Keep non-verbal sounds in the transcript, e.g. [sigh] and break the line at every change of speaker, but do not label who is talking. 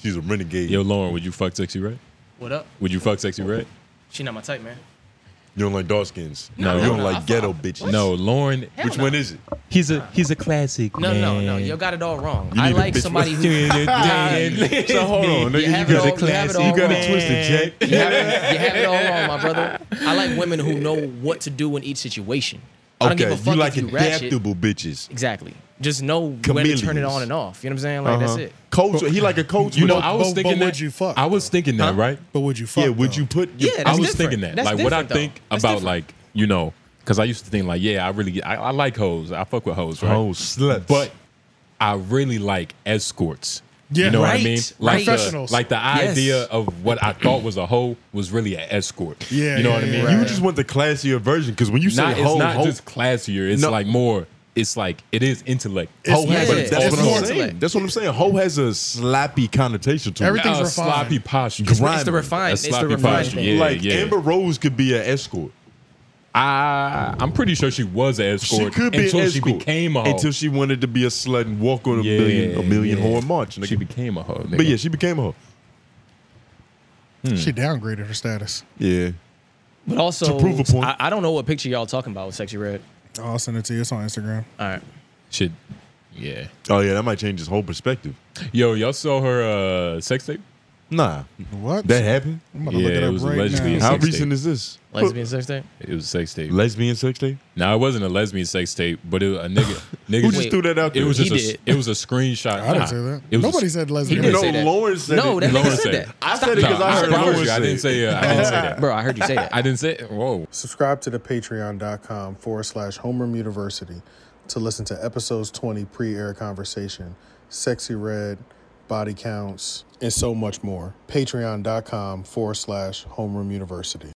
She's a renegade.
Yo, Lauren, would you fuck sexy red?
What up?
Would you fuck sexy red?
She not my type, man.
You don't like dark skins.
No.
you don't
No, no, I
like ghetto
fuck-
bitches.
No, Lauren.
Hell
Which
no.
one is it?
He's a he's a classic
No, no, no. You got it all wrong.
You
I
need a
like
bitch
somebody
[laughs] with-
who. you [laughs]
so hold on, nigga,
You
you,
have it
got it
all- you have it
classic.
all
You got
wrong.
it twisted, Jack.
have it, you have it all wrong, my brother. I like women who know what to do in each situation. I don't give
Okay,
a fuck
you like
if you ratchet.
adaptable bitches.
Exactly. Just know when to turn it
Chameleons. Uh-huh.
on and off. You know what I'm saying? Like that's it.
Coach, he like a coach.
You
with
know,
a-
I was
but-
thinking
but
that.
would you fuck,
I was thinking that, right?
But would you fuck?
yeah. Would
though?
you put? [laughs]
Yeah,
your-
that's
I was
different.
thinking that.
That's
like what I
different, though.
think
That's
about
different.
like, you know, because I used to think like, yeah, I really I, I like hoes. I fuck with hoes, right?
Oh, sluts.
But I really like escorts.
Yeah.
you know what I
Right,
mean? Like the,
Professionals.
like the
Yes.
idea of what I thought was a hoe was really an escort.
Yeah,
You know
yeah,
what I mean?
yeah,
you
Right.
just want the classier version because when you say
Not, it's
whole,
not
whole,
just classier. It's
No.
like more, it's like, it is intellect.
It's-
Ho has
yeah,
a, that's
it's
what
more
I'm saying.
intellect.
That's what I'm saying. Ho has a slappy connotation to
Everything-
it.
Everything's
Uh,
refined.
sloppy posture.
Grimy.
It's the refined.
That's
It's the
sloppy
refined
posture,
thing.
yeah.
like Amber Rose could be an escort.
I, I'm pretty sure she was an
She
escort
could be
until
an
she
escort
became a hoe.
until she wanted to be a slut and walk on a
Yeah,
million a million
yeah.
whore march. Nigga.
she became a hoe. Nigga.
but yeah, she became a hoe.
She downgraded her status.
Yeah,
But also,
To prove a point.
I, I don't know what picture y'all talking about with sexy red.
I'll send it to you. It's on Instagram.
All right.
Shit. Yeah.
Oh yeah, that might change his whole perspective.
Yo, y'all saw her uh, sex tape?
Nah,
What?
that happened.
I'm about to
Yeah,
look
it
it up
was
right
allegedly
now.
a
How
Sex
recent
tape.
is this?
Lesbian sex tape.
It was a sex tape.
Lesbian sex tape?
No, it wasn't a lesbian sex tape, but it was a nigga.
Who
nigga
just
Wait,
threw that out
it
there?
was just
He
a,
did.
it was a screenshot.
I
Nah,
didn't say that.
It was a-
Nobody said lesbian.
did
no,
say that.
Lauren said
No,
it.
that
Lauren
nigga
said
said
it.
that.
I said it
Nah,
because I
I,
heard
promise
Lauren
you, I
say
didn't
it.
say. Uh, I didn't say that.
Bro, I heard you say that.
I didn't say. Whoa.
Subscribe to the patreon.com forward slash Homer University to listen to episodes 20 pre air conversation, sexy red, body counts, and so much more. Patreon.com forward slash Homer University.